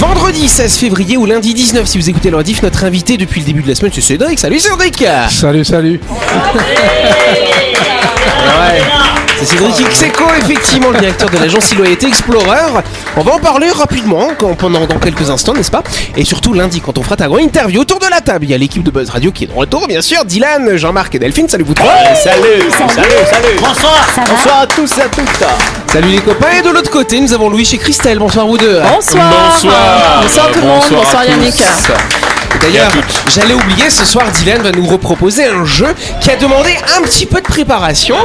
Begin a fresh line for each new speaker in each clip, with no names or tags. mercredi 16 février ou lundi 19 si vous écoutez le rediff. Notre invité depuis le début de la semaine, c'est Cédric. Salut Cédric
Salut, salut.
Ouais. C'est Cédric Xeco, effectivement, le directeur de l'agence Silhouette Explorer. On va en parler rapidement quand- pendant dans quelques instants, n'est-ce pas Et surtout lundi, quand on fera ta grande interview autour de la table. Il y a l'équipe de Buzz Radio qui est de retour, bien sûr. Dylan, Jean-Marc et Delphine, salut vous trois.
Salut, salut, salut. Bonsoir. Bonsoir à tous et à toutes.
Salut les copains. Et de l'autre côté, nous avons Louis chez Christelle. Bonsoir vous deux.
Bonsoir.
Bonsoir.
Bonsoir tout le monde.
Bonsoir à
Bonsoir Yannick.
D'ailleurs,
Et à toutes.
j'allais oublier, ce soir, Dylan va nous reproposer un jeu qui a demandé un petit peu de préparation.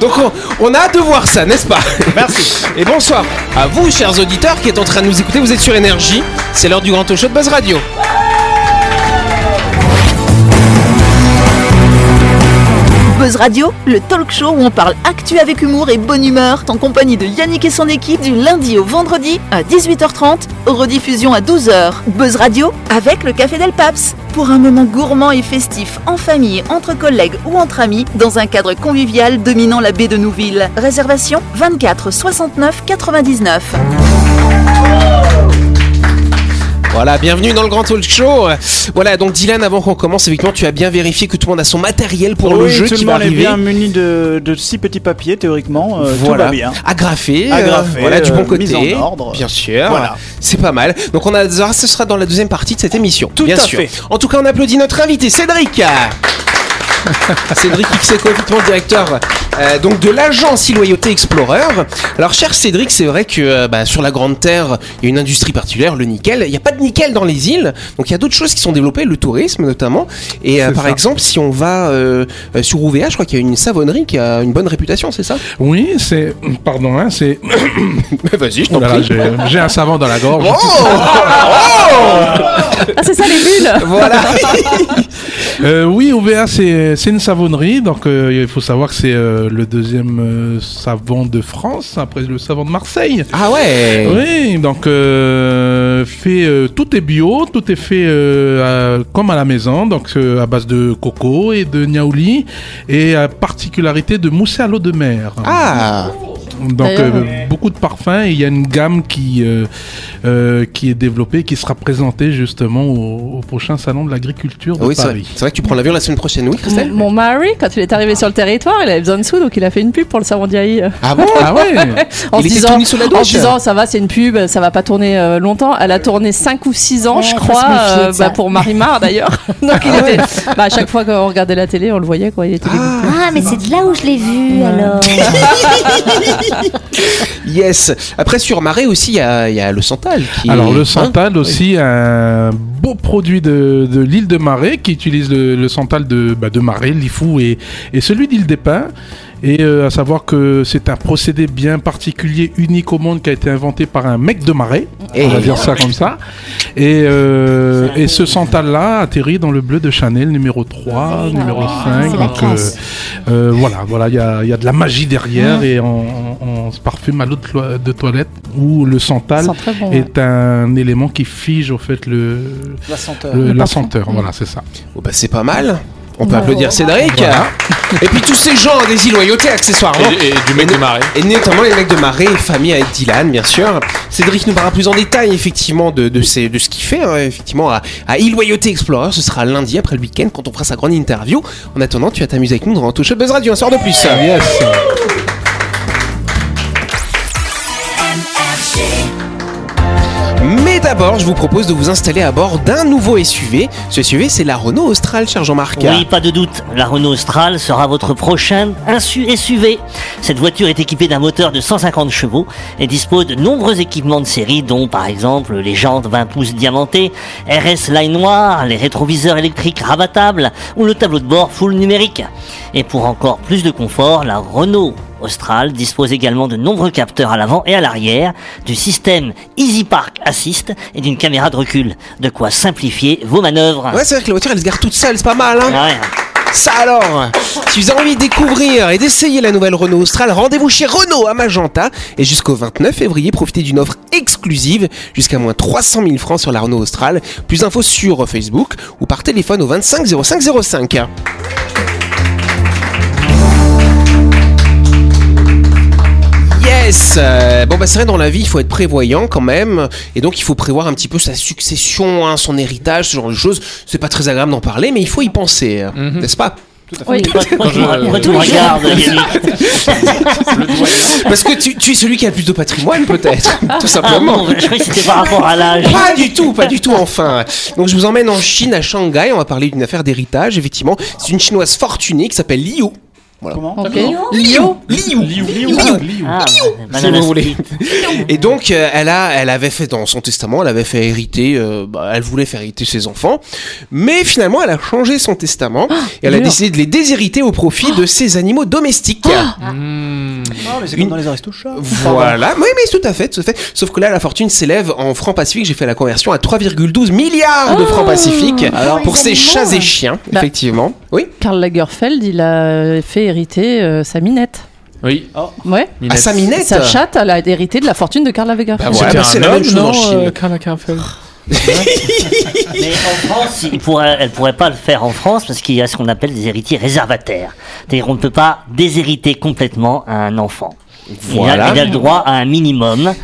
Donc, on, on a hâte de voir ça, n'est-ce pas Merci. Et bonsoir à vous, chers auditeurs, qui êtes en train de nous écouter. Vous êtes sur Énergie. C'est l'heure du grand talk show de Buzz Radio.
Buzz Radio, le talk show où on parle actu avec humour et bonne humeur, en compagnie de Yannick et son équipe du lundi au vendredi à 18h30, rediffusion à 12h. Buzz Radio avec le Café Del Paps, pour un moment gourmand et festif en famille, entre collègues ou entre amis, dans un cadre convivial dominant la baie de Nouville. Réservation 24 69 99.
Voilà, bienvenue dans le grand talk show. Euh, Voilà, donc Dylan, avant qu'on commence, effectivement, tu as bien vérifié que tout le monde a son matériel pour le
Oui,
jeu
tout
qui
le
va
monde est
arriver.
bien muni de, de six petits papiers théoriquement. euh, Tout
Voilà.
va bien.
agrafé,
Agrafé,
euh, voilà du
euh,
bon côté,
mise en ordre.
bien sûr,
Voilà.
c'est pas mal. Donc on a, ce sera dans la deuxième partie de cette émission,
Tout
bien
à
sûr.
fait.
En tout cas, on applaudit notre invité Cédric. Cédric Xeco, effectivement le directeur euh, donc de l'agence Loyauté Explorer. Alors cher Cédric, c'est vrai que euh, bah, sur la Grande Terre, il y a une industrie particulière, le nickel. Il n'y a pas de nickel dans les îles, donc il y a d'autres choses qui sont développées, le tourisme notamment. Et euh,
C'est
par
ça.
exemple, si on va euh, euh, sur Ouvéa, je crois qu'il y a une savonnerie qui a une bonne réputation, c'est ça
Oui, c'est. Pardon, hein, c'est.
Vas-y, je
Oh là là, j'ai- J'ai un savon dans la gorge.
Ah, c'est ça les bulles.
Oh, Voilà.
Euh, oui, OVA, c'est c'est une savonnerie. Donc, euh, il faut savoir que c'est euh, le deuxième euh, savon de France, après le savon de Marseille.
Ah ouais.
Oui, donc euh, fait, euh, tout est bio, tout est fait euh, à- comme à la maison, donc euh, à base de coco et de niaouli, et à particularité de moussé à l'eau de mer.
Ah.
Donc
D'ailleurs,
euh, beaucoup de parfums et il y a une gamme qui euh, euh, qui est développée, qui sera présentée justement au, au prochain salon de l'agriculture de
Oui, c'est vrai,
Paris.
c'est vrai que tu prends l'avion la semaine prochaine, oui,
Mon,
Christelle
Mm.
mon mari, quand il est arrivé sur le territoire, il avait besoin de sous, donc il a fait une pub pour le savon d'Iaï. euh,
Ah bon
Ah ouais
En
Il
se
était
disant,
tout nu sous la
en
douche.
se disant, ça va, c'est une pub, ça va pas tourner euh, longtemps. Elle a tourné 5 ou 6 ans,
Ouais,
je
faut
crois,
se méfier de
euh,
ça.
bah, pour Marimar d'ailleurs. donc il était, bah, à chaque fois qu'on regardait la télé, on le voyait, quoi. Il était dégoûté.
Ah, mais c'est de là où je l'ai vu alors.
Yes. Après, sur Marais aussi, il y a, il y a le Santal. Qui
Alors le
Hein
santal aussi, un beau produit de, de l'île de Marais qui utilise le, le santal de, bah, de Marais, l'Ifou et, et celui d'île des Pins. Et euh, à savoir que c'est un procédé bien particulier, unique au monde, qui a été inventé par un mec de Marais.
Eh.
On va dire ça comme ça. Et, euh, et ce santal-là atterrit dans le bleu de Chanel numéro 3, numéro 5.
c'est la
Donc euh,
classe.
euh, voilà, voilà, il y a, il y a de la magie derrière et on, on- on se parfume à l'eau de toi- de toilette ou le santal
Ils sont très bons, euh. ouais.
est un élément qui fige au fait le,
La senteur.
le-
Le
la
parfum.
senteur. Voilà, c'est ça.
Oh, bah, c'est pas mal. On peut
Bravo.
applaudir Cédric.
Voilà.
Et puis tous ces gens des illoyautés, accessoirement.
Et, et du mec de Marais.
Et notamment les mecs de Marais, famille avec Dylan, bien sûr. Cédric nous parlera plus en détail, effectivement, de, de, ces- de ce qu'il fait, hein, effectivement, à, à Illoyauté Explorer. Ce sera lundi après le week-end quand on fera sa grande interview. En attendant, tu vas t'amuser avec nous dans un touche Buzz Radio, un soir de plus.
Yes.
Mais d'abord, je vous propose de vous installer à bord d'un nouveau SUV. Ce SUV, c'est la Renault Austral, cher Jean-Marc.
Oui, pas de doute, la Renault Austral sera votre prochaine insu- SUV. Cette voiture est équipée d'un moteur de 150 chevaux et dispose de nombreux équipements de série, dont par exemple les jantes 20 pouces diamantées, RS Line noire, les rétroviseurs électriques rabattables ou le tableau de bord full numérique. Et pour encore plus de confort, la Renault Austral dispose également de nombreux capteurs à l'avant et à l'arrière, du système Easy Park Assist et d'une caméra de recul, de quoi simplifier vos manœuvres.
Ouais, c'est vrai que la voiture, elle se gare toute seule, c'est pas mal, hein
Ouais.
Ça alors Si vous avez envie de découvrir et d'essayer la nouvelle Renault Austral, rendez-vous chez Renault à Magenta. Et jusqu'au 29 février, profitez d'une offre exclusive jusqu'à moins 300 000 francs sur la Renault Austral. Plus d'infos sur Facebook ou par téléphone au 25 05 05. Yes Yes Euh, Bon, bah, c'est vrai, dans la vie, il faut être prévoyant quand même. Et donc, il faut prévoir un petit peu sa succession, hein, son héritage, ce genre de choses. C'est pas très agréable d'en parler, mais il faut y penser, euh, n'est-ce pas
Oui.
Moi, je me re-
je-
moi, tu me regardes, Yannick.
Parce que tu, tu es celui qui a le plus de patrimoine, peut-être, tout
Ah
simplement.
bon, je croyais que c'était par rapport à l'âge.
Pas du tout, pas du tout, enfin. Donc je vous emmène en Chine, à Shanghai. On va parler d'une affaire d'héritage, effectivement. C'est une chinoise fortunée qui s'appelle Liu.
Comment
Ok.
Liu Liu
Liu.
Liu.
Ah,
si
banana
vous voulez.
split.
Et donc, euh, elle, a, elle avait fait dans son testament, elle avait fait hériter, euh, bah, elle voulait faire hériter ses enfants, mais finalement, elle a changé son testament et elle a
dur.
décidé de les déshériter au profit de ses animaux domestiques.
Mmh.
Ah, mais c'est
Une-
comme dans les Aristochats.
Voilà, oui, mais tout à fait, tout à fait. Sauf que là, la fortune s'élève en francs pacifiques. J'ai fait la conversion à 3,12 milliards de francs pacifiques
Alors,
pour
les
ces
animaux,
chats et
hein.
chiens,
Bah.
effectivement. Oui,
Karl Lagerfeld, il a fait hériter euh, sa minette.
Oui.
Ouais.
à sa minette.
Sa chatte, elle a hérité de la fortune de Karl
Bah
Lagerfeld.
voilà,
C'était
bah, c'est
un
la même
homme,
chose en
non,
Chine.
euh, Karl Lagerfeld
Mais en France, il pourrait, elle pourrait pas le faire en France parce qu'il y a ce qu'on appelle des héritiers réservataires. C'est-à-dire qu'on ne peut pas déshériter complètement un enfant. Il a-
Voilà.
Il, a, le droit à un minimum.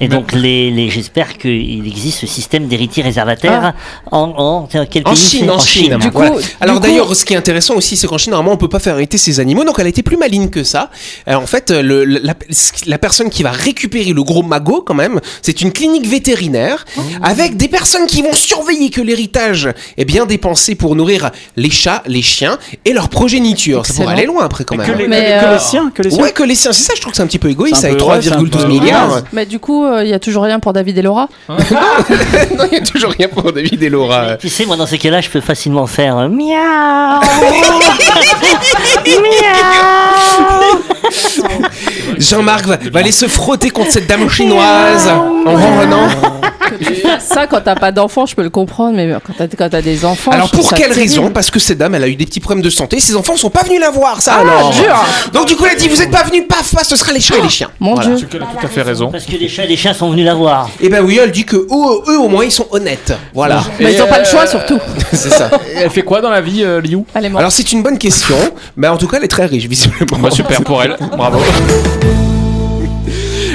Et donc, les, les, j'espère qu'il existe ce système d'héritiers réservataires en, en, en quel
Ah. En
pays
Chine,
c'est
en Chine.
Du
Voilà.
coup-
Alors
du coup-
d'ailleurs, ce qui est intéressant aussi, c'est qu'en Chine, normalement, on peut pas faire hériter ses animaux. Donc elle a été plus maligne que ça. Euh, en fait, euh, le- la, la personne qui va récupérer le gros magot, quand même, c'est une clinique vétérinaire
Oh.
avec des personnes qui vont surveiller que l'héritage est bien dépensé pour nourrir les chats, les chiens et leur progéniture. Ça
Excellent.
pourrait aller loin après, quand
Mais
même.
que les, que,
Mais,
les- que
euh,
les siens, que les siens.
Ouais, que les siens. C'est ça, je trouve que c'est un petit peu égoïste
C'est un
avec
peu- ouais, c'est un
3,12
peu-
milliards.
Ouais.
Ah, Mais du coup, euh, il y a toujours rien pour David et Laura.
non, il n'y a toujours rien pour David et Laura.
Tu sais, moi, dans ces cas-là, je peux facilement faire euh, miaou.
Jean-Marc va, va aller se frotter contre cette dame chinoise en ronronnant.
Ça, quand t'as pas d'enfants, je peux le comprendre, mais quand t'as, quand t'as des enfants.
Alors
je trouve
pour
ça
quelle
terrible.
raison Parce que cette dame, elle a eu des petits problèmes de santé. Ses enfants sont pas venus la voir, ça alors. Donc du coup, elle a dit vous êtes pas venus, paf, paf, ce sera les chats et les chiens.
Mon
Voilà.
Dieu.
Tu as tout à fait raison.
Parce que les chats et les chiens sont venus la voir.
Et ben oui, elle dit que eux, eux, au moins ils sont honnêtes. Voilà,
Mais ils ont
Et,
pas le choix
euh,
surtout.
c'est ça.
Et Elle fait quoi dans la vie, euh, Liu
Allez, moi.
Alors c'est une bonne question, mais en tout cas elle est très riche visiblement.
Bah, Super pour elle. Bravo.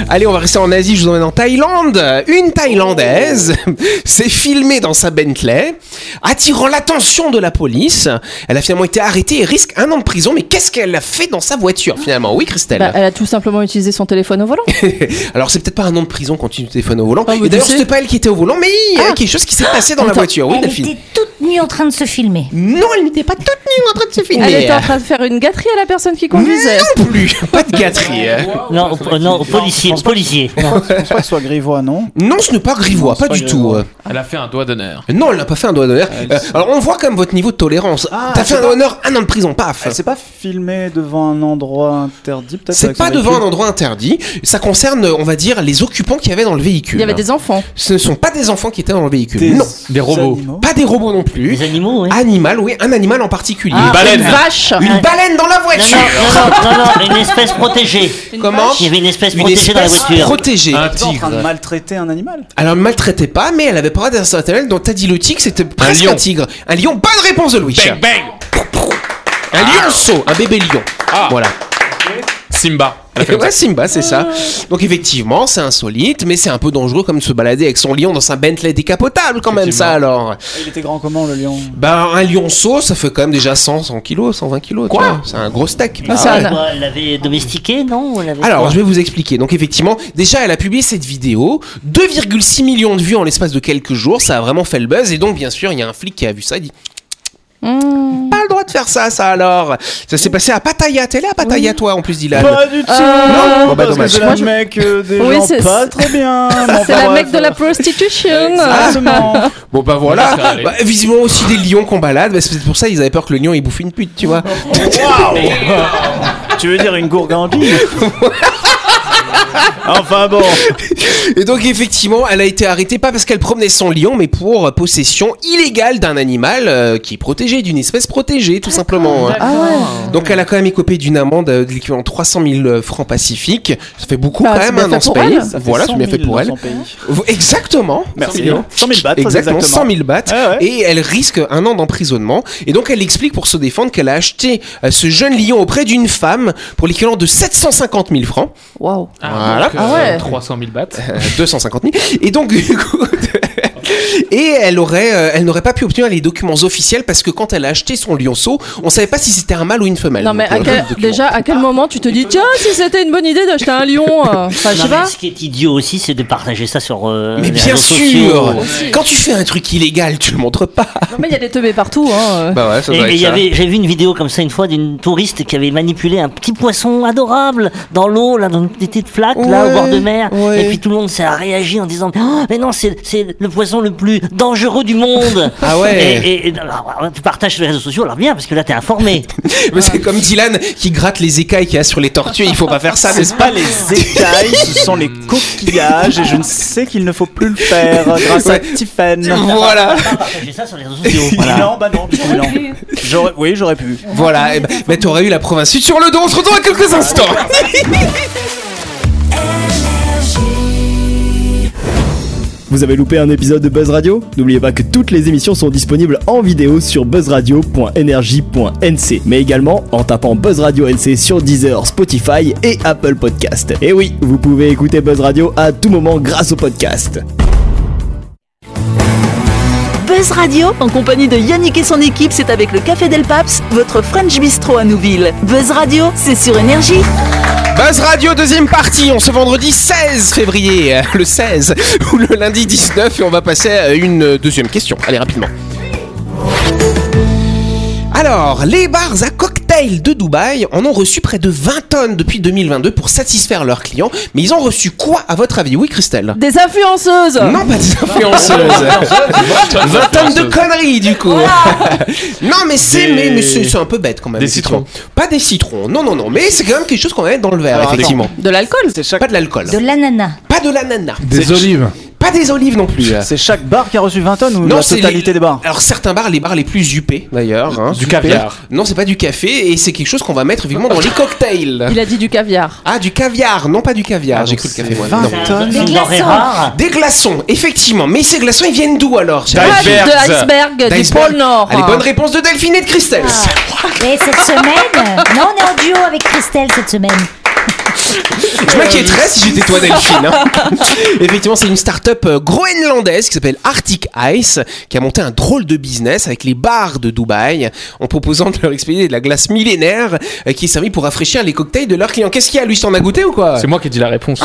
Allez, on va rester en Asie, je vous emmène en Thaïlande. Une Thaïlandaise s'est filmée dans sa Bentley, attirant l'attention de la police. Elle a finalement été arrêtée et risque un an de prison. Mais qu'est-ce qu'elle a fait dans sa voiture finalement Oui, Christelle
Bah, elle a tout simplement utilisé son téléphone au volant.
Alors c'est peut-être pas un an de prison quand tu téléphones au volant.
Ah, mais
Et d'ailleurs
tu sais- Ah.
c'était pas elle qui était au volant, mais il y a quelque chose qui s'est passé dans la
Attends,
Ah
voiture. Oui,
Elle
Delphine.
était toute nue en train de se filmer.
Non, elle n'était pas toute nue en train de se filmer.
Elle était en train de faire une gâterie à la personne qui conduisait.
Non plus, pas de gâterie.
Ah,
hein.
Non, au- non, aux policiers, aux policiers.
Je pense pas que ce soit grivois, non
Non, ce n'est pas grivois,
Non,
pas
c'est
du
pas
tout.
grivois.
euh.
Elle a fait un doigt d'honneur.
Non, elle n'a pas fait un doigt d'honneur. Euh, alors on voit quand même votre niveau de tolérance.
Ah,
T'as fait
c'est
un doigt d'honneur, un an de prison, paf.
Elle s'est Ah, pas filmée devant un endroit interdit, peut-être
C'est
avec son
pas devant un
véhicule
endroit interdit. Ça concerne, on va dire, les occupants qu'il y avait dans le véhicule.
Il y avait des enfants.
Ce ne sont pas des enfants qui étaient dans le véhicule.
des
Non.
Des robots.
animaux.
Pas des robots non plus.
Les animaux, oui.
Animal, oui, un animal en particulier.
Ah,
baleine.
Une vache.
Une baleine dans la
Non,
voiture.
non, non, non, non, non, une espèce protégée.
Comment
Il y avait une espèce
Une
protégée dans la
espèce
voiture.
protégée.
Un
T'es en train de
tigre.
maltraiter un animal
Alors, elle ne maltraitait pas, mais elle avait pas d'un certain dont t'as dit le tigre, c'était presque
lion.
un tigre. Un lion, bonne réponse de Louis.
Bang bang.
Un lionceau, un bébé lion.
Ah.
Voilà.
Simba. Elle a fait comme
Ouais, Simba, c'est ça. Donc, effectivement, c'est insolite, mais c'est un peu dangereux comme de se balader avec son lion dans un Bentley décapotable, quand même, ça alors.
Ah, Il était grand comment le lion
Bah, un lionceau, ça fait quand même déjà 100, 100 kilos, 120 kilos. tu vois. C'est un gros steak.
Ah, c'est un-
Quoi, elle l'avait domestiqué, non Elle l'avait-
Alors, je vais vous expliquer. Donc, effectivement, déjà, elle a publié cette vidéo. 2,6 millions de vues en l'espace de quelques jours. Ça a vraiment fait le buzz. Et donc, bien sûr, il y a un flic qui a vu ça et dit
Mmh.
Pas le droit de faire ça, ça alors Ça s'est passé à Pattaya. T'es là à Pattaya, toi, en plus, Dylan
Pas du tout
Non Bon, bah,
Parce que
dommage.
c'est
Ah. Moi,
la
je-
mec euh, des
Oui,
gens
c'est-
pas très bien
Ah,
Ah. Non,
C'est
pas
la
vrai,
mec de la prostitution. Ah,
Exactement
Bon, bah voilà.
On va faire aller.
Bah, visiblement aussi des lions qu'on balade. Bah, c'est peut-être pour ça ils avaient peur que le lion il bouffe une pute, tu vois.
Tu veux dire une gourgandine Enfin bon.
Et donc effectivement, elle a été arrêtée pas parce qu'elle promenait son lion, mais pour euh, possession illégale d'un animal euh, qui est protégé, d'une espèce protégée tout simplement. hein.
ah
Donc elle a quand même écopé d'une amende euh, de l'équivalent de 300 000 euh, francs pacifiques. Ça fait beaucoup
Bah,
quand
c'est
même hein,
bien fait
dans ce
pour
pays.
elle.
Ça
Voilà, c'est
c'est
bien fait pour elle. Exactement.
Merci.
C'est bien.
100 000 bahts,
Exactement, 100 000 bahts.
Ah Ouais, ouais.
Et elle risque un an d'emprisonnement. Et donc, elle explique pour se défendre qu'elle a acheté euh, ce jeune lion auprès d'une femme pour l'équivalent de 750 000 francs.
Waouh.
Voilà.
donc, euh,
Ah ouais.
300 000 bahts.
Euh, 250 000. Et donc, du coup. Et elle aurait, euh, elle n'aurait pas pu obtenir les documents officiels parce que quand elle a acheté son lionceau, on savait pas si c'était un mâle ou une femelle.
Non mais
Donc,
à
euh,
quel-
pas de documents.
déjà à quel moment tu te dis tiens si c'était une bonne idée d'acheter un lion euh, Enfin je
Non,
sais
mais
pas.
ce qui est idiot aussi, c'est de partager ça sur euh,
Mais
les
bien
réseaux
sûr,
sociaux.
quand tu fais un truc illégal, tu le montres pas.
Non mais il y a des teubés partout hein. euh.
Bah ouais, ça
Et mais il y avait- j'ai vu une vidéo comme ça une fois d'une touriste qui avait manipulé un petit poisson adorable dans l'eau, là, dans une petite flaque, là,
Ouais,
au bord de mer.
ouais.
Et puis tout le monde s'est réagi en disant, Oh, mais non, c'est c'est le poisson le plus dangereux du monde.
Ah ouais.
Et, et- et- alors, tu partages sur les réseaux sociaux, alors bien, parce que là, t'es informé.
Mais c'est comme Dylan qui gratte les écailles qu'il y a sur les tortues, il faut pas faire ça, n'est-ce
C'est pas les écailles, ce sont les coquillages et je ne sais qu'il ne faut plus le faire grâce à Tiffen.
pas Voilà,
partager ça sur les réseaux sociaux. voilà.
Non, bah non, putain, non. J'aurais- Oui, j'aurais pu.
voilà, eh ben, mais t'aurais eu la province sud sur le dos, on se retrouve à quelques instants
Vous avez loupé un épisode de Buzz Radio N'oubliez pas que toutes les émissions sont disponibles en vidéo sur buzzradio.energie.nc, mais également en tapant Buzz Radio NC sur Deezer, Spotify et Apple Podcast. Et oui, vous pouvez écouter Buzz Radio à tout moment grâce au podcast.
Buzz Radio, en compagnie de Yannick et son équipe, c'est avec le Café Del Paps, votre French Bistro à Nouville. Buzz Radio, c'est sur Énergie.
Buzz Radio, deuxième partie, on se vendredi 16 février, euh, le 16, ou le lundi 19, et on va passer à une euh, deuxième question. Allez, rapidement. Alors, les bars à cocktails de Dubaï en ont reçu près de 20 tonnes depuis 2022 pour satisfaire leurs clients, mais ils ont reçu quoi à votre avis Oui, Christelle
Des influenceuses.
Non, pas des influenceuses 20 tonnes de conneries, du coup Non, mais c'est
Des-
mais, mais c'est c'est un peu bête quand même.
Des
effectivement. Pas des citrons, non, non, non, mais c'est quand même quelque chose qu'on va mettre dans le verre,
Alors, attends.
effectivement.
De l'alcool.
C'est chaque,
Pas de l'alcool.
De l'ananas.
Pas de l'ananas.
Des olives.
Pas des olives non plus.
c'est chaque bar qui a reçu 20 tonnes ou la
c'est
totalité
les-
des bars
Alors certains bars, les bars les plus huppés d'ailleurs. hein.
Du caviar.
Non, c'est pas du café et c'est quelque chose qu'on va mettre évidemment dans les cocktails.
Il a dit du caviar.
Ah, du caviar, non pas du caviar.
Ah,
J'ai
donc
cru le
c'est
café moi.
20
Non.
tonnes.
C'est une denrée
glaçons.
rare.
Des glaçons, effectivement. Mais ces glaçons, ils viennent d'où alors
D'iceberg.
Ah, De iceberg du
D'iceberg.
pôle Nord. Ah.
Allez, bonne réponse de Delphine et de Christelle.
Et cette semaine, non, on est en duo avec Christelle cette semaine.
Je m'inquiéterais si j'étais toi, Delphine. hein. Euh, Effectivement, c'est une start-up euh, groenlandaise qui s'appelle Arctic Ice qui a monté un drôle de business avec les bars de Dubaï en proposant de leur expédier de la glace millénaire euh, qui est servie pour rafraîchir les cocktails de leurs clients. Qu'est-ce qu'il y a Lui, t'en as goûté ou quoi
C'est moi qui ai dit la réponse.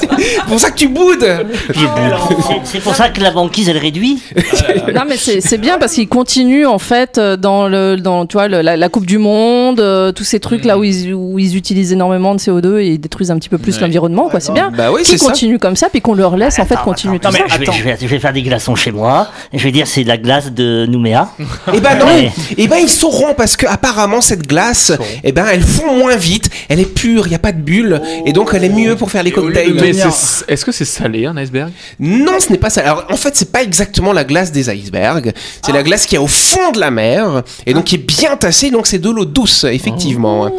C'est pour ça que tu boudes Ah,
C'est- C'est pour ça que la banquise, elle réduit.
Non mais c'est c'est bien parce qu'ils continuent en fait euh, dans le dans tu vois le- la, la Coupe du Monde, euh, tous ces trucs là où ils, où ils utilisent énormément de CO2 et ils détruisent un petit peu plus
Ouais.
l'environnement quoi, c'est bien.
Bah oui,
Qui
c'est ça. Ah, bah,
continue comme ça puis qu'on leur laisse en fait
Attends,
continuer
attends,
tout ça.
je vais- Je vais, je vais faire des glaçons chez moi. Et je vais dire, c'est de la glace de Nouméa.
Eh ben non
Ouais.
Eh ben ils sauront parce que apparemment cette glace, eh ben elle fond moins vite, elle est pure, il n'y a pas de bulles et donc elle est mieux pour faire les cocktails.
Mais c'est- est-ce que c'est salé un iceberg
Non, ce n'est pas ça. Alors, en fait, c'est pas exactement la glace des icebergs. C'est la glace qui est au fond de la mer et donc qui est bien tassée. Donc, c'est de l'eau douce, effectivement.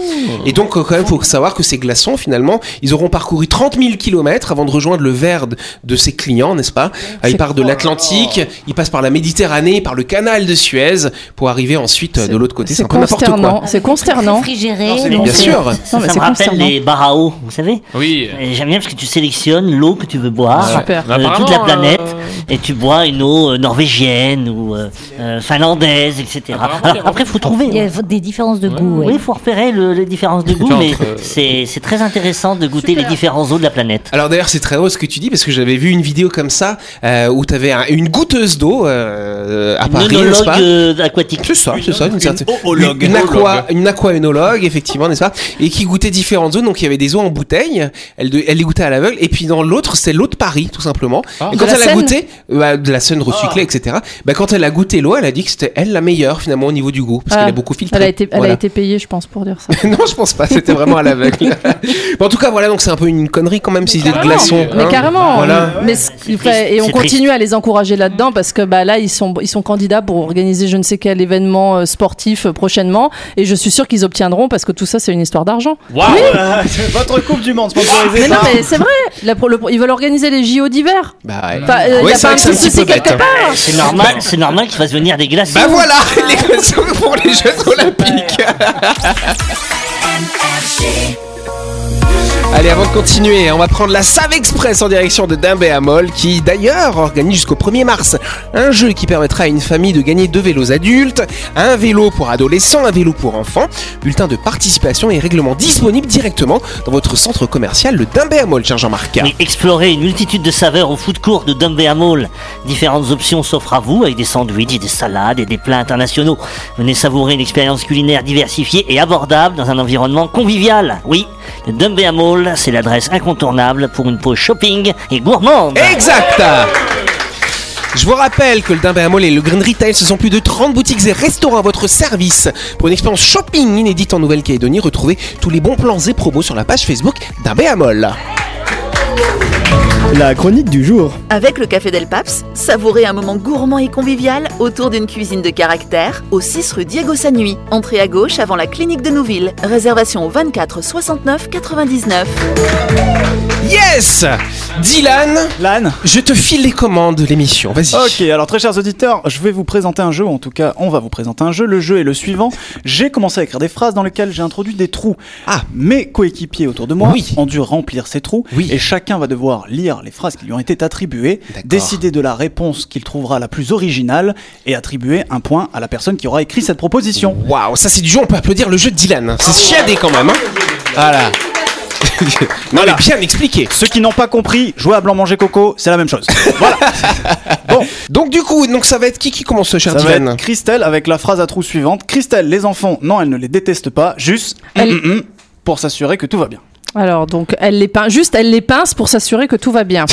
Et donc, euh, quand même, faut savoir que ces glaçons, finalement, ils auront parcouru 30 000 kilomètres avant de rejoindre le verre de- de ses clients, n'est-ce pas Ah, Ils partent de l'Atlantique, ils passent par la Méditerranée, par le canal de Suez pour arriver ensuite euh, de l'autre côté. C'est
C'est
un peu n'importe quoi.
consternant, c'est consternant.
Réfrigéré.
Bien sûr.
mais c'est
Ça, ça me
hein.
rappelle
concernant.
les bars à eau, vous savez.
Oui.
Et J'aime bien parce que tu sélectionnes l'eau que tu veux boire.
Ah ouais. Super.
euh,
Apparemment,
toute la planète.
euh,
Et tu bois une eau euh, norvégienne ou euh, euh, finlandaise, etc.
Ah bah,
Apparemment, il y
Alors,
a-
après, faut trouver. hein.
Il y a des différences de goût.
Oui,
ouais.
il faut repérer le- les différences de goût,
Différentes,
mais
euh,
c'est c'est très intéressant de goûter les différents eaux de la planète.
Alors d'ailleurs c'est très drôle ce que tu dis parce que j'avais vu une vidéo comme ça euh, où t'avais un- une goutteuse d'eau euh, à Paris, n'est-ce
Monologue
pas
euh, aquatique.
C'est ça, c'est ça, d'une certaine.
oologue.
Une, une aqua,
Oologue.
une aquaénologue, effectivement, n'est-ce pas Et qui goûtait différentes zones. Donc il y avait des eaux en bouteille, elle, de- elle les goûtait à l'aveugle. Et puis dans l'autre, c'est l'eau de Paris, tout simplement.
Ah.
Et
De
quand
la
elle a
Seine Ah.
goûté, euh, bah, de la Seine recyclée, etc. Bah, quand elle a goûté l'eau, elle a dit que c'était elle la meilleure, finalement, au niveau du goût. Parce
Ah.
qu'elle a beaucoup filtré.
Elle a été elle
Voilà.
a été payée je pense pour dire ça.
non, je pense pas. C'était vraiment à l'aveugle. Bon, en tout cas, voilà, donc c'est un peu une connerie quand même, ces idées de
Carrément,
glaçons.
Mais
hein.
carrément.
Voilà.
Mais ce qui fait- et on
c'est
continue à les encourager là-dedans parce que bah là ils sont ils sont candidats pour organiser je ne sais quel événement euh, sportif euh, prochainement et je suis sûr qu'ils obtiendront parce que tout ça c'est une histoire d'argent.
Waouh
Oui.
Euh, Votre Coupe du Monde sponsorisée
Ah, Mais non
par-
mais c'est vrai. La pro- le- ils veulent organiser les JO d'hiver.
Bah,
Enfin, euh, y a
Ah c'est
pas
vrai
un
que c'est
petit souci
peu bête,
quelque
hein.
part
C'est normal, c'est normal qu'il fasse venir des glaçons.
Bah voilà, les glaçons pour les Jeux Olympiques. Allez, avant de continuer, on va prendre la Save Express en direction de Dimbéhamol, qui d'ailleurs organise jusqu'au 1er mars un jeu qui permettra à une famille de gagner deux vélos adultes, un vélo pour adolescents, un vélo pour enfants. Bulletin de participation et règlement disponible directement dans votre centre commercial, le Dimbéhamol, cher Jean-Marc.
Oui, explorez une multitude de saveurs au food court de Dumbéa Mall. Différentes options s'offrent à vous avec des sandwichs, et des salades et des plats internationaux. Venez savourer une expérience culinaire diversifiée et abordable dans un environnement convivial. Oui, le Dumbéa Mall, c'est l'adresse incontournable pour une pause shopping et gourmande.
Exact Je vous rappelle que le Dimbermol et le Green Retail, ce sont plus de 30 boutiques et restaurants à votre service. Pour une expérience shopping inédite en Nouvelle-Calédonie, retrouvez tous les bons plans et promos sur la page Facebook Dimbermol.
La chronique du jour.
Avec le Café Del Paps, savourez un moment gourmand et convivial autour d'une cuisine de caractère au 6 rue Diego Sanui. Entrée à gauche avant la clinique de Nouville. Réservation au 24 69 99.
Yes Dylan Je te file les commandes de l'émission, vas-y.
Ok, alors très chers auditeurs, je vais vous présenter un jeu, ou en tout cas, on va vous présenter un jeu. Le jeu est le suivant. J'ai commencé à écrire des phrases dans lesquelles j'ai introduit des trous.
Ah.
Mes coéquipiers autour de moi
Oui.
ont dû remplir ces trous, et chacun va devoir lire les phrases qui lui ont été attribuées, décider de la réponse qu'il trouvera la plus originale, et attribuer un point à la personne qui aura écrit cette proposition.
Waouh, ça c'est du jeu, on peut applaudir le jeu de Dylan.
Ah
C'est chiadé quand même. Hein voilà. non, mais bien expliqué.
Ceux qui n'ont pas compris, jouer à blanc manger coco, c'est la même chose.
Donc du coup, donc ça va être qui qui commence, cher
Ça va
Dylan
être Christelle avec la phrase à trous suivante. Christelle, les enfants, non, elle ne les déteste pas, juste
Elle-
hum, hum, hum, pour s'assurer que tout va bien.
Alors donc elle les pince juste elle les pince pour s'assurer que tout va bien.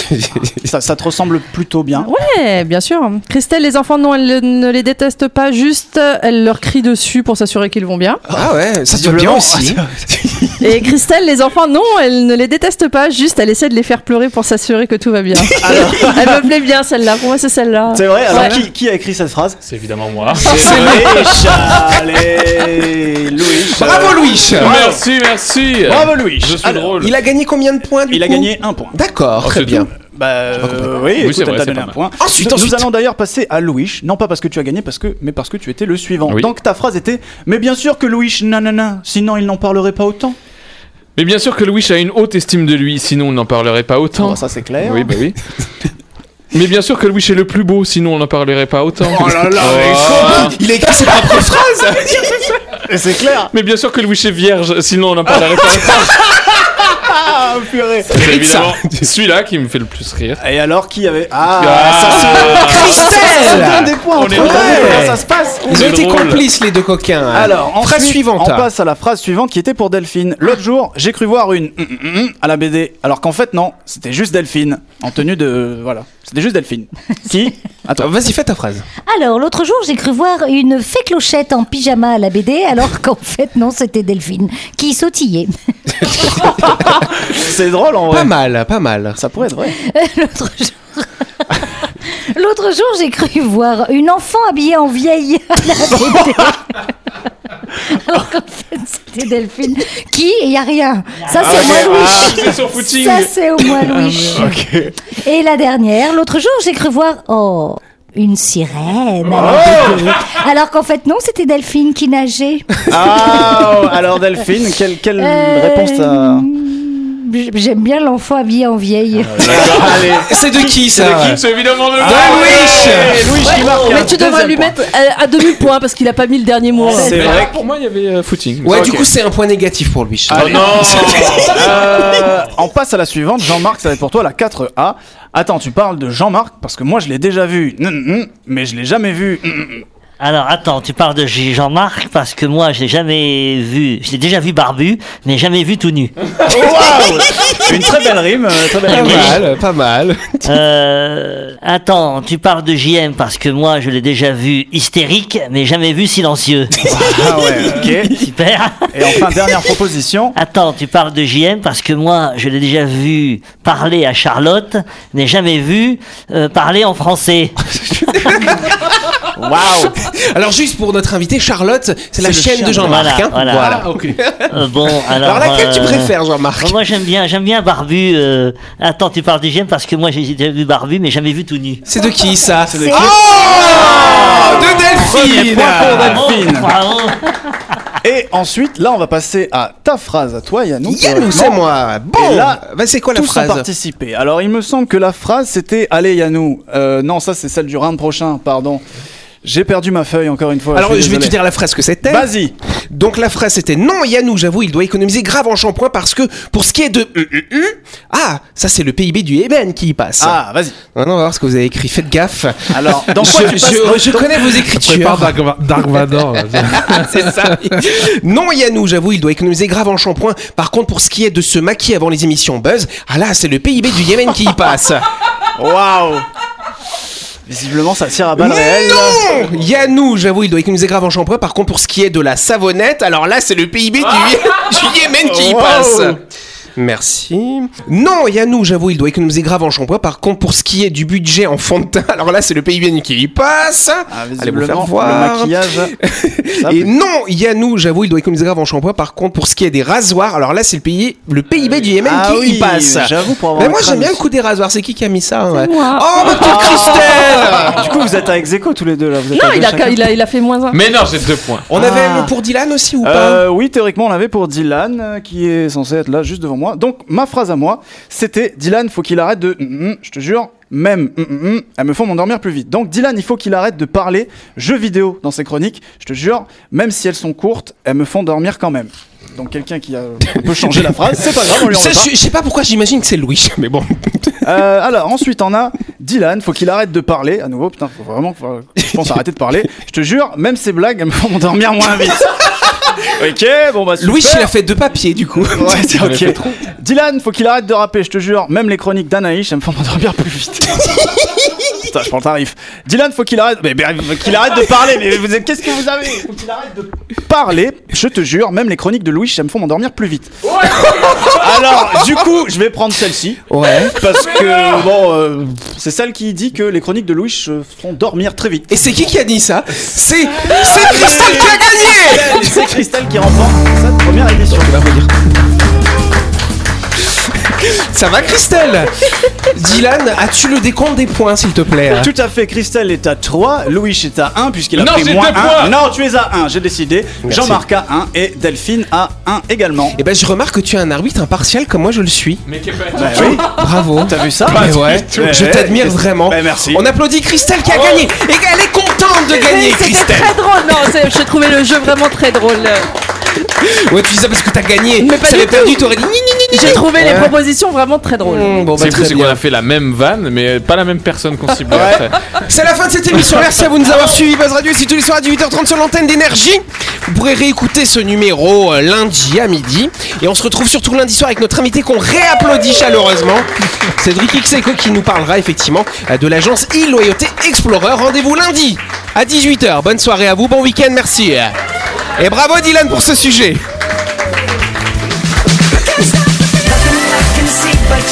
Ça, ça te ressemble plutôt bien.
Ouais, bien sûr. Christelle, les enfants, non, elle le- ne les déteste pas, juste euh, elle leur crie dessus pour s'assurer qu'ils vont bien.
Ah ouais, ça se fait bien
Visiblement.
aussi.
Et Christelle, les enfants, non, elle ne les déteste pas, juste elle essaie de les faire pleurer pour s'assurer que tout va bien. elle me plaît bien celle-là, pour moi c'est celle-là.
C'est vrai, alors
Ouais.
qui, qui a écrit cette phrase
C'est évidemment moi.
C'est Louis Allez, Louis
Bravo Louis
Merci, merci.
Bravo Louis
Je suis
Alors,
drôle.
Il a gagné combien de points du
Il a
coup
gagné un point.
D'accord,
Oh,
très
c'est
bien.
tout.
Bah euh, oui,
Oui,
écoute,
c'est vrai,
elle t'a
c'est
donné
pas
un
mal.
point.
Ensuite,
nous, nous
ensuite.
allons d'ailleurs passer à Louis, non pas parce que tu as gagné, parce que, mais parce que tu étais le suivant.
Oui.
Donc ta phrase était Mais bien sûr que Louis, nanana, sinon il n'en parlerait pas autant.
Mais bien sûr que Louis a une haute estime de lui, sinon on n'en parlerait pas autant.
Bon,
Oh,
ça c'est clair.
hein.
oui, bah oui. Mais bien sûr que Louis est le plus beau, sinon on n'en parlerait pas autant.
Oh là là, mais
Oh.
Il a écrit ses propres phrases
Et c'est clair
Mais bien sûr que Louis est vierge, sinon on n'en parlerait pas autant.
Ah purée
C'est
Et ça.
évidemment celui-là qui me fait le plus rire.
Et alors qui avait. Ah,
Ah.
ça se Ça
Christelle
donne des points
On
entre
est
eux.
drôle.
Comment ça se passe
Ils ont
C'est
été
drôle.
complices les deux coquins.
Alors, ensuite,
phrase suivante. hein.
on passe à la phrase suivante qui était pour Delphine. L'autre jour, j'ai cru voir une hum, hum, hum à la BD, alors qu'en fait non, c'était juste Delphine en tenue de voilà, c'était juste Delphine. Qui
Attends, vas-y, fais ta phrase.
Alors, l'autre jour, j'ai cru voir une fée clochette en pyjama à la BD, alors qu'en fait, non, c'était Delphine qui sautillait.
C'est drôle en vrai.
Pas mal, pas mal.
Ça pourrait être vrai.
L'autre jour. L'autre jour, j'ai cru voir une enfant habillée en vieille à la BD. Alors qu'en fait, c'était Delphine. Qui Il n'y a rien. Ça, c'est au moins Louis.
c'est son footing.
Ça, c'est au moins Louis. Et la dernière, l'autre jour, j'ai cru voir. Oh une sirène à la BD. Alors qu'en fait, non, c'était Delphine qui nageait.
Ah, oh, alors Delphine, quelle, quelle
Euh,
réponse t'as
j- J'aime bien l'enfant habillé en vieille.
Allez.
C'est de qui ça
C'est évidemment
Ah,
le
Louis
Et Louis qui marque un
Oh, Mais tu devrais
deuxième
lui
point.
mettre euh, à demi-point parce qu'il a pas mis le dernier mot. hein.
C'est vrai.
Pour moi, il y avait euh, footing.
Ouais,
Ok.
du coup, c'est un point négatif pour Louis.
Oh non
Euh, on passe à la suivante. Jean-Marc, ça va être pour toi la 4A. Mm, Attends, tu parles de Jean-Marc parce que moi je l'ai déjà vu, Hum, hum, mais je l'ai jamais vu. Hum, hum, hum.
Alors attends, tu parles de J- Jean-Marc parce que moi je l'ai jamais vu, je l'ai déjà vu barbu, mais jamais vu tout nu.
Oh,
Une très belle rime, euh, très belle
Ah
Pas
rime.
mal,
pas mal.
Euh, attends, tu parles de JM parce que moi je l'ai déjà vu hystérique, mais jamais vu silencieux.
Ah ouais, ok.
Super.
Et enfin, dernière proposition.
Attends, tu parles de JM parce que moi je l'ai déjà vu parler à Charlotte, mais jamais vu euh, parler en français.
Waouh Alors juste pour notre invité Charlotte, c'est la
le
chaîne
chien
de Jean-Marc.
Voilà,
hein.
voilà.
Voilà.
Euh, bon, alors.
Alors, laquelle tu
euh,
préfères, Jean-Marc
Moi, j'aime bien, j'aime bien Barbu. euh, Attends, tu parles du GM parce que moi, j'ai déjà vu Barbu, mais jamais vu tout nu.
C'est de qui ça
de qui
Oh De
Premier
Euh, Delphine
point pour Delphine.
Bravo.
Et ensuite, là, on va passer à ta phrase, à toi, Yannou.
Yannou, c'est moi. Bon.
Et là,
Bah, c'est quoi la
tous ont
phrase
participé. Alors, il me semble que la phrase, c'était Allez, Yannou. Euh, non, ça, c'est celle du round prochain, pardon. J'ai perdu ma feuille encore une fois.
Alors
suis
je vais
désolé.
te dire la phrase que c'était.
Vas-y.
Donc la phrase c'était non Yannou, j'avoue, il doit économiser grave en shampoing parce que pour ce qui est de hum, hum, hum, ah, ça c'est le PIB du Eben qui y passe.
Ah, vas-y.
Maintenant, on va voir ce que vous avez écrit. Faites gaffe.
Alors, dans quoi
je,
tu passes-
je- je
dans-
connais vos
Prépare
écritures.
Dark Va- Dark Vador. là.
c'est ça. Non, Yannou, j'avoue, il doit économiser grave en shampoing. Par contre, pour ce qui est de se maquiller avant les émissions Buzz, ah là, c'est le PIB du Yémen qui y passe.
Waouh Visiblement, ça tire à balles
Mais
réelles.
non Yannou, j'avoue, il doit économiser grave en shampoing. Par contre, pour ce qui est de la savonnette, alors là, c'est le PIB du, du Yémen qui y
Ah. Wow.
passe. Merci. Non, Yannou, j'avoue, il doit économiser grave en shampoing. Par contre, pour ce qui est du budget en fond de teint, alors là, c'est le PIB qui y passe.
Ah,
Allez vous faire
visiblement, le
voir.
maquillage. Ça,
Et non, Yannou, j'avoue, il doit économiser grave en shampoing. Par contre, pour ce qui est des rasoirs, alors là, c'est le, pays, le PIB du Yémen
Ah
qui
oui,
y passe.
j'avoue, pour avoir
Mais moi,
un
j'aime bien
crâne.
le coup des rasoirs. C'est qui qui a mis ça ouais
moi.
Oh, ma petite Christelle
Ah, Du coup, vous êtes à Execo tous les deux là. Vous êtes
Non,
à deux
il a,
chacun.
il, a, il a fait moins un.
Mais non, c'est deux points.
On
Ah.
avait un mot pour Dylan aussi ou pas
Euh, oui, théoriquement, on l'avait pour Dylan, euh, qui est censé être là juste devant moi. Donc, ma phrase à moi, c'était Dylan, faut qu'il arrête de. Mm, mm, je te jure, même. mm, mm, mm, elles me font m'endormir plus vite. Donc, Dylan, il faut qu'il arrête de parler jeux vidéo dans ses chroniques. Je te jure, même si elles sont courtes, elles me font dormir quand même. Donc, quelqu'un qui a un peu changé la phrase, c'est pas grave, on lui en
Ça,
veut pas.
je, je sais pas pourquoi j'imagine que c'est Louis, mais bon.
Euh, alors ensuite on a Dylan, faut qu'il arrête de parler à nouveau. Putain, faut vraiment, faut- je pense arrêter de parler. Je te jure, même ces blagues, elles me font m'endormir moins vite. ok, bon bah super.
Louis, il a fait deux papiers du coup.
Ouais, c'est ok. Dylan, faut qu'il arrête de rapper, je te jure. Même les chroniques d'Anaïs, elles me font m'endormir plus vite. Putain, je prends le tarif. Dylan, faut qu'il arrête. Mais, mais, faut qu'il arrête de parler. Mais vous êtes, qu'est-ce que vous avez Faut qu'il arrête de parler. Je te jure, même les chroniques de Louis, elles me font m'endormir plus vite. Alors, du coup, je vais prendre celle-ci.
Ouais.
Parce que, bon, euh, c'est celle qui dit que les chroniques de Louis euh, font dormir très vite.
Et c'est qui qui a dit ça C'est c'est Christelle qui a gagné
C'est Christelle qui remporte sa première édition.
Ça va Christelle Dylan, as-tu le décompte des points s'il te plaît
Tout à fait, Christelle est à 3, Louis est à 1 puisqu'il a
Non,
pris
c'est
moins
deux points.
1. Non, tu es à 1, j'ai décidé. Jean-Marc à 1 et Delphine à 1 également.
Eh ben je remarque que tu es un arbitre impartial comme moi je le suis.
Mais qu'est-ce
Bah oui, Ah,
Bravo.
t'as vu ça
Mais ouais,
Ouais,
Bah, je t'admire
Christ-
vraiment.
Bah, merci.
On applaudit Christelle qui a gagné. Et elle est contente de gagner,
C'était
Christelle.
très drôle, non, c'est- j'ai trouvé le jeu vraiment très drôle.
Ouais, tu dis ça parce que t'as gagné.
Mais pas
si
du
t'avais perdu,
tout.
t'aurais dit ni ni ni ni.
J'ai trouvé les
Ouais.
propositions vraiment très drôles.
Mmh, bon, bah,
C'est
très
fou, c'est qu'on
bien.
a fait la même vanne, mais pas la même personne qu'on ciblait après.
C'est la fin de cette émission. Merci à vous de nous avoir suivis. Buzz Radio, c'est tous les soirs à 18h30 sur l'antenne d'énergie. Vous pourrez réécouter ce numéro euh, lundi à midi. Et on se retrouve surtout lundi soir avec notre invité qu'on réapplaudit chaleureusement. Cédric Xeco qui nous parlera effectivement euh, de l'agence e-loyauté Explorer. Rendez-vous lundi à 18h. Bonne soirée à vous, bon week-end, merci. Et bravo Dylan pour ce sujet.